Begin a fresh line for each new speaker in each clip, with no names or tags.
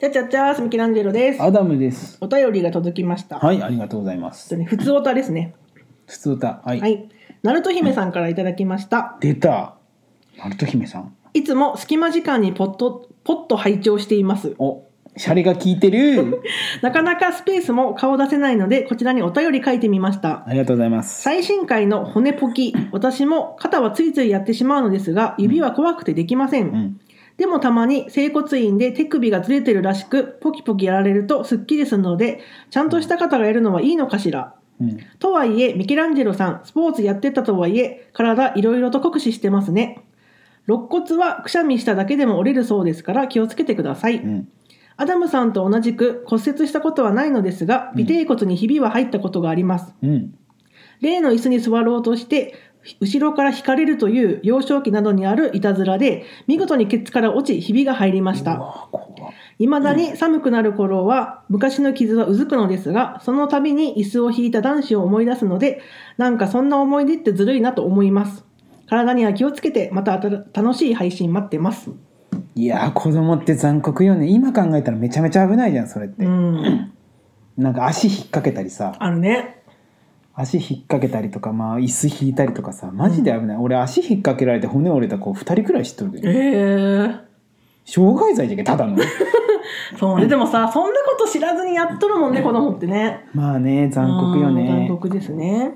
ちゃちゃちゃ、すみきらんじろです。
アダムです。
お便りが届きました。。
はいい、ありがとうございま
と
す。
ね、普通歌ですね。
普通歌、はい、
はい。ナルト姫さんからいただきました。
出た。ナルト姫さん。
いつも隙間時間にポッと、ポッと拝聴しています。
お、シャレが効いて る。
なかなかスペースも顔出せないので、こちらにお便り書いてみました。
ありがとうございます。
最新回の骨ポキ、私も肩はついついやってしまうのですが、指は怖くてできません。
うん、
でもたまに整骨院で手首がずれてるらしく、ポキポキやられるとスッキリするので、ちゃんとした方がやるのはいいのかしら。
うん、
とはいえ、ミケランジェロさん、スポーツやってたとはいえ、体いろいろと酷使してますね。肋骨はくしゃみしただけでも折れるそうですから気をつけてください。
うん、
アダムさんと同じく骨折したことはないのですが、
うん
尾てい骨にひびは入ったことがあります。
うん、
例の椅子に座ろうとして、後ろから引かれるという幼少期などにあるいたずらで、見事にケツから落ち、ひびが入りまし
う
た。
わ怖っ
未だに寒くなる頃は昔の傷はうずくのですがその度に椅子を引いた男子を思い出すのでなんかそんな思い出ってずるいなと思います体には気をつけてまたた楽しい配信待ってます
いやー、子供って残酷よね。今考えたら、めちゃめちゃ危ないじゃん、それって。
うん
なんか足引っ掛けたりさ、
あるね
足引っ掛けたりとか、まあ、椅子引いたりとかさ、マジで危ない。俺、足引っ掛けられて、骨折れた子、二人くらい知っとるけど。
え
傷害罪じゃけ、た だの。
そうねでもさそんなこと知らずにやっとるもんね子供ってね
まあね、残酷よ
うん残
ね。
酷ですね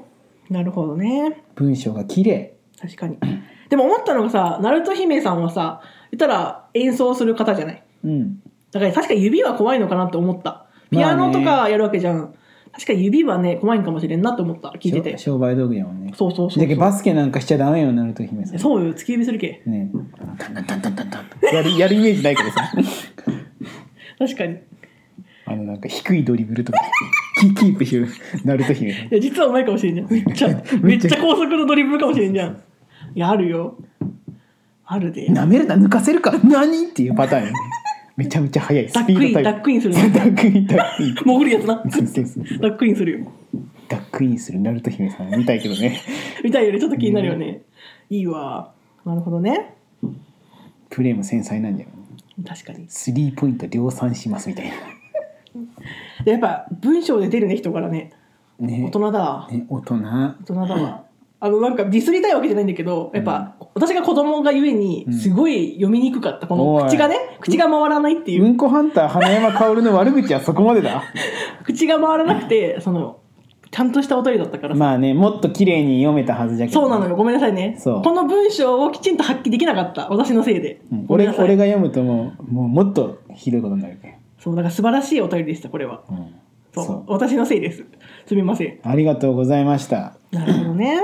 なるほどね
文章が綺麗。
確かにでも思ったのがさナルト姫さんはさ言ったら演奏する方じゃない
うん。
だから確かに指は怖いのかなって思った。ピ
まあ
ア
ね
ノとかやるわけじゃん。確かに指はね、怖いんかもしれんなって思った。聞いてて。
商売道具やもんね
そうそうそう
だけどバスケなんかしちゃダメよなると姫さん
そうよ、突き指するけ。
ねタンタンタンタンタンタン やるやるイメージないけどさ
確かに。い
あのなんか低いドリブルとかキキープしようなると姫さん
や、実はうまいかもしれんじゃん。めっちゃ、め
め
っ
っちゃ
ちゃ高速のドリブルかもしれんじゃん。いや、あるよ。あるで。
なめるな抜かせるか何っていうパターンよねめちゃめちゃ速い
ダ
スピ
ックイ
ー
ン、
ドタ
ダ
イ
ッ
プ
クインするの。
ダックインダックイン
潜るやつな。
そうそうそう
ダックインするよ。
ダックインするなると姫さん見たいけどね
みたいよりちょっと気になるよね。いいわ。なるほどね。
プレーも繊細なんだよね
確かに。
スリーポイント量産しますみ たいな
でやっぱ文章で出るね、人からね。
ね
大人だわ。
ね大人
大人だわあのなんかディスりたいわけじゃないんだけどやっぱ、私が子供がゆえに
うん
すごい読みにくかったこの
おい
口がね口が回らないっていうう、
んこハンター花山薫の悪口はそこまでだ
口が回らなくてそのちゃんとしたお便りだったからさ、
まあねもっと綺麗に読めたはずじゃけど
そうなのよごめんなさいね
そう
この文章をきちんと発揮できなかった私のせいで、
うん
ごめん
俺
なさい
俺が読むともうもうもっとひどいことになるけん
そうだから素晴らしいお便りでしたこれは
うん
そう
そう
私のせいですすみません
ありがとうございました
なるほどね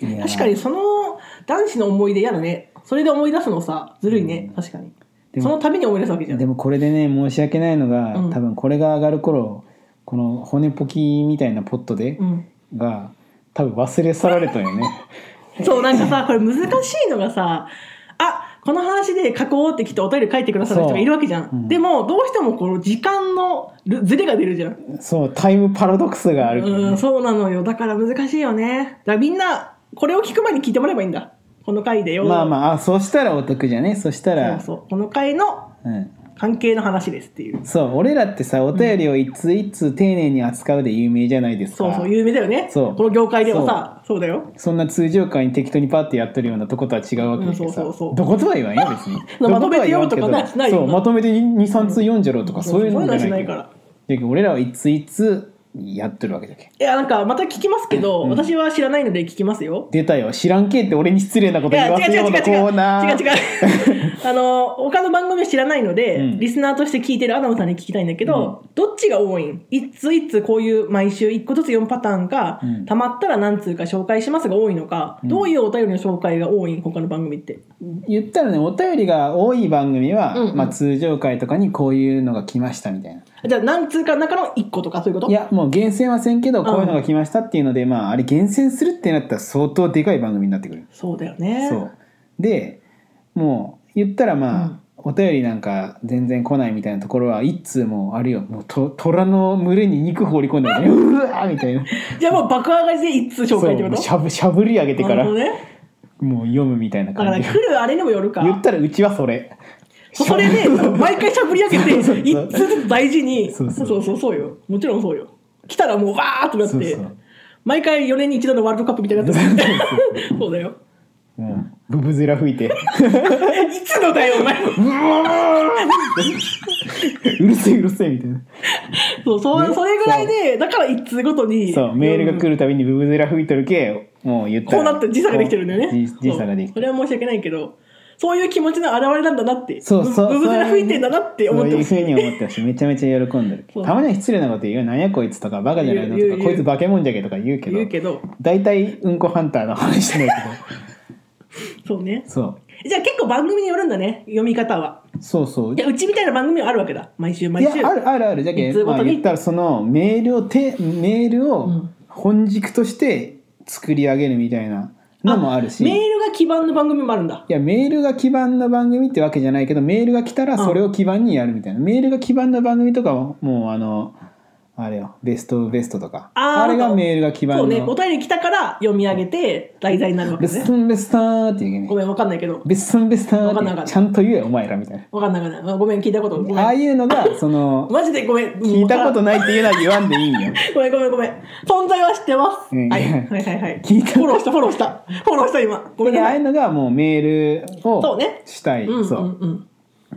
いやー
確かにその男子の思い出やだねそれで思い出すのさずるいね、
うん
確かに
でも
そのために思い出すわけじゃん
でもこれでね申し訳ないのが、
うん
多分これが上がる頃この骨ポキみたいなポットで、
うん
が多分忘れ去られ たよね
そう、なんかさ、これ難しいのがさ、あこの話で書こうってきてお便り書いてくださる人がいるわけじゃん。
そううん
でも、どうしてもこの時間のルズレが出るじゃん。
そうタイムパラドックスがあるけどね
うん、そうなのよ。だから難しいよね。だからみんな、これを聞く前に聞いてもらえばいいんだ。この回でよ。
まあまああそうしたらお得じゃねそしたら
そうそう。この回の
うん
関係の話ですっていう。
そう俺らってさお便りを一通一通丁寧に扱うで有名じゃないですか、
そうそう、有名だよね。
そう
この業界ではさ、そうだよ。
そんな通常会に適当にパッてやってるようなとことは違うわけでさ、
うんそうそうそう
どことは言わんよ別に
まとめて読むとか
どは言わんけど
ないないよな
そうまとめて23通読んじゃろうとか、そういう
そう
のじゃない
のはしない
けど
から。
だけど俺らは一通一通やってるわけだけ
いや、なんかまた聞きますけど、私は知らないので聞きますよ。
出たよ知らんけって俺に失礼なこ
い
と
や
言わ
違
せ
う違う
よ
違う
うなコ
違う違う
ーナー
違うあの他の番組を知らないので、
うん
リスナーとして聞いてるアダムさんに聞きたいんだけど、どっちが多いん一通一通こういう毎週一個ずつ4パターンか、
うん
たまったら何通か紹介しますが多いのか、
うん
どういうお便りの紹介が多いん他の番組って
言ったらねお便りが多い番組は、
うんうん
まあ、通常会とかにこういうのが来ましたみたいな
じゃあ何通かの中の1個とかそういうこと
いやもう厳選はせんけどこういうのが来ましたっていうので、まああれ厳選するってなったら相当でかい番組になってくる
そうだよね
そうでもう言ったらまあ、
うん
お便りなんか全然来ないみたいなところは一通もうあるよもうと虎の群れに肉放り込ん でねうわーみたいな
じゃあもう爆上がりで一通紹介ってこ
そう
と
しゃぶしゃぶり上げてか
な
ら
るほ
も
ど
う
ね
読むみたいな
だから
感じ
来るあれにもよるか
言ったらうちはそれ
それ で毎回しゃぶり上げて
そうそうそう
一つずつ大事に
そうそう
そうそうそうよもちろんそうよ来たらもうわーっとなって
そうそう
毎回4年に一度のワールドカップみたいになってるそうだよ
もうブブゼラ吹いて
いつのだよお前
うるせえうるせえみたいな
そうそうそれぐらいでだから一通ごとに
そうメールが来
る
るたびにブブゼラ吹いとるけもう言った
こう
ら
なって時差ができてるんだよね
じ時差ができ
そ
て
うそれは申し訳ないけどそういう気持ちの表れなんだなって
そうそう
ブブブゼラ吹いてんだなって思って
そうい
ほ
う
し
ふう
い
に思ってほしいめちゃめちゃ喜んでる
そう
たまには失礼なこと言うよなんやこいつとかバカじゃないの
言う
と
言う
かこいつ化け物じゃけとか言うけ
言う
ど
けど
大体うんこハンターの話してないけ
そうね
どそう
じゃあ結構番組によるんだね読み方は
そうそう
いやうちみたいな番組はあるわけだ毎週
い
毎
や
週
あるあるあるじゃけ
いつ
ま
ごと
あ
に
言ったらそのメールをてメール
う
を
ん
本軸として作り上げるみたいなのもあるし
メールが基盤の番組もあるんだ
いやメールが基盤の番組ってわけじゃないけどメールが来たらそれを基盤にやるみたいな、メールが基盤の番組とかはもうあのあれよベストオブベストとか
あー
あれがメールが基盤
そ
の、
うねお便り来たから読み上げて題材になるわけ
ベ
ね
ストンベスターって言う
ご
けね
めんわかんないけど
ベストンベスタ
わかんないわかん
ーっ
ない
てちゃんと言えよお前らみたい
わかんなかったごめん聞いたことご
なああ
めん
いうのがその
マジでごめん
聞いたこと
ない
ないっていうのは言わんでいいんよ
ごめんごめんごめん存在は知ってます、
うん
はい、はいはいはい
聞いた
フォローしたフォローしたフォローした今ごめん
で
な
ああ
さ
い
いう
のがもうメール
そう
を
ね
したい
うんうん
そううん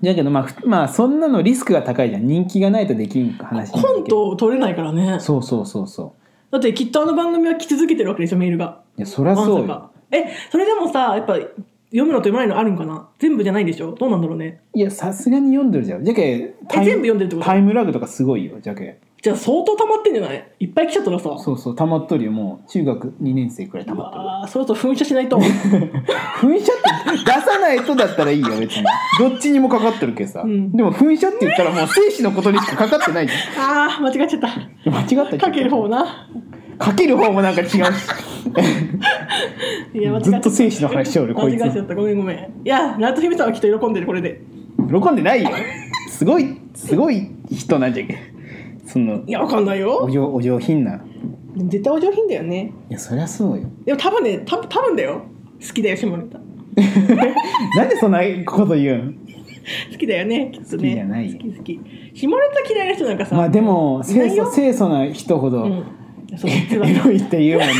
だけどまあふまあそんなのリスクが高いじゃん人気がないとできん話になるけど
コントを取れないからね
そうそうそうそう
だってきっとあの番組は来続けてるわけでしょメールが
いやそりゃそう
ま
よ
さかえそれでもさやっぱ読むのと読まないのあるんかな全部じゃないでしょどうなんだろうね
いや、さすがに読んでるじゃん。じゃけ、タイ
全
ム
部読んでるってこと
タイムラグとかすごいよ、じゃけ。
じゃあ相当溜まってんじゃないいっぱい来ちゃったらさ
そうそう、溜まっとるよ、もう。中学2年生くらい溜まっとる。
あーそろそろ噴射しないと
噴射って出さないとだったらいいよ、別に。どっちにもかかってるけどさ。
うん
でも、噴射って言ったらもう生死のことにしかかかってないじ
あー間違っちゃっ
ゃん。間違っ
た
た
かける方な
な。かける方もなんか違うし。
いや間違
ず
ちゃ
っと生死の話しよる、こいつ
間違っ。ちゃったごめんごめんいやナルト姫さんはきっと喜んでるこれで
喜んでないよ。すごい、すごい人なんじゃけ。その
い、やわかんないよ
お上、お上品な。
絶対お上品だよね
いや、そりゃそうよ。
でも多分ね多分多分だよ好きだよ下ネタ
なんでそんなこと言うん
好きだよねきっとね
好きじゃないよ
好き好き下ネタ嫌いな人なんかさ
まあでも
いな
清
い
楚
よ
清楚な人ほど、
うん、そう実は
エ ロいって言うもんね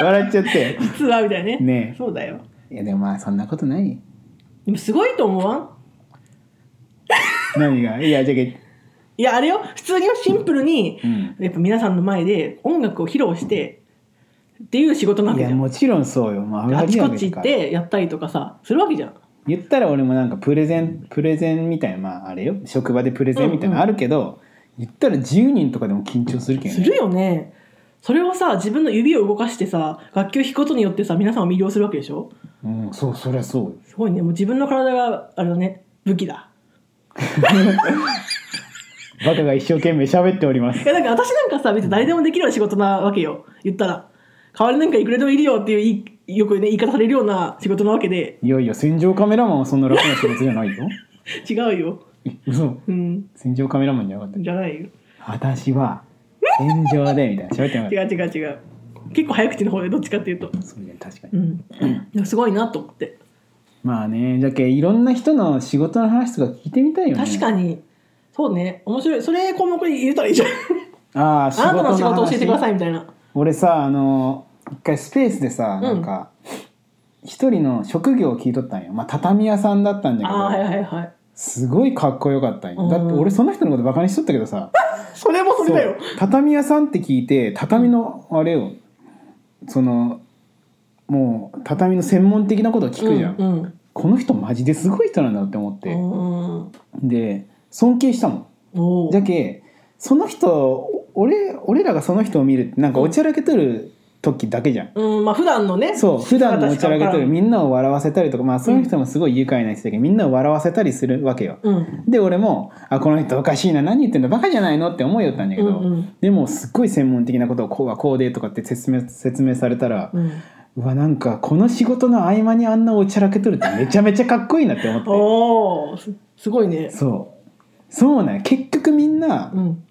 笑っちゃって
実はみたいなね
ねえ
そうだよ
いやでもまあそんなことない
でもすごいと思わん
何がいやじゃけ
いやあれよ普通にシンプルに、
うん
やっぱ皆さんの前で音楽を披露してっていう仕事なわ
い
け
や
じゃん
もちろんそうよ、まあ、
あち
上が
こ
り上
ち行っ
げとか
てやったりとかさするわけじゃん
言ったら俺もなんかプレゼンプレゼンみたいなまああれよ職場でプレゼンみたいなのあるけど、言ったら10人とかでも緊張するけど
す
ね
るよねそれをさ自分の指を動かしてさ楽器を弾くことによってさ皆さんを魅了するわけでしょ
うんそうそりゃそうよ
すごいねもう自分の体があれだね武器だ
バカが一生懸命喋っております
いやなんか私なんかさ別に誰でもできるような仕事なわけよ言ったら代わりなんかいくらでもいるよっていういよくね言い方されるような仕事なわけで
いやいや戦場カメラマンはそんな楽な仕事じゃないよ
違うよ
え嘘
うん
戦場カメラマンじゃなかった
じゃないよ
私は戦場でみたいな喋ってなかっ
違う違う違う結構早口の方でどっちかっていうと
たそうね確か
う
に
んでもすごいなと思って
まあねじゃけいろんな人の仕事の話とか聞いてみたいよね
確かにそうね面白いそれ項目に入れたらいいじ ゃん
ああ仕
あなたの仕事
事
教えてくださ
い
いみたいな
俺さあの一回スペースでさなんか一人の職業を聞いとったんよ、まあ、畳屋さんだったんだけど、
ああーはいはいはい
すごいかっこよかったん
う
よ
ん
だって俺その人のことバカにしとったけどさ
それもそれだよ
そう畳屋さんって聞いて畳のあれをそのもう畳の専門的なことを聞くじゃん、
うんうん
この人マジですごい人なんだって思っ
う
て、
んうん
で尊敬したもん
お
じ
ー
ゃけその人お俺俺らがその人を見るってなんかおちゃらけとる時だけじゃん、
うんまあ普段のね
そう普段のおちゃらけとるみんなを笑わせたりとかまあその人もすごい愉快な人だけどみんなを笑わせたりするわけよ
うん
で俺も「あこの人おかしいな何言ってんだバカじゃないの?」って思いよったんだけど、
うんうん
でもすっごい専門的なことをこうはこうでとかって説明説明されたら、
うん
うわなんかこの仕事の合間にあんなおちゃらけとるってめちゃめちゃかっこいいなって思って
おおすすごいね
そうそうなんや結局みんな
うん、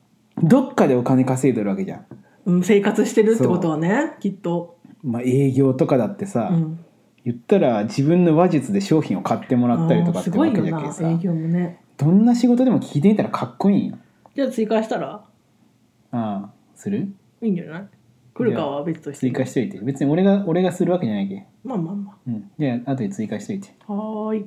どっかでお金稼いでるわけじゃん、
うん、生活してるってことはねきっと、
まあ、営業とかだってさ、
うん、
言ったら自分の話術で商品を買ってもらったりとかっ
す
て
ご
わ
い
け
よ
じゃけ
な
さ
営業もね
どんな仕事でも聞いてみたらかっこいいんよ。
じゃあ追加したら
ああする
いいんじゃない来るかは別として
追加しといて別に俺が俺がするわけじゃないけ
まあまあま
うんじゃあ後で追加しといて
あはーい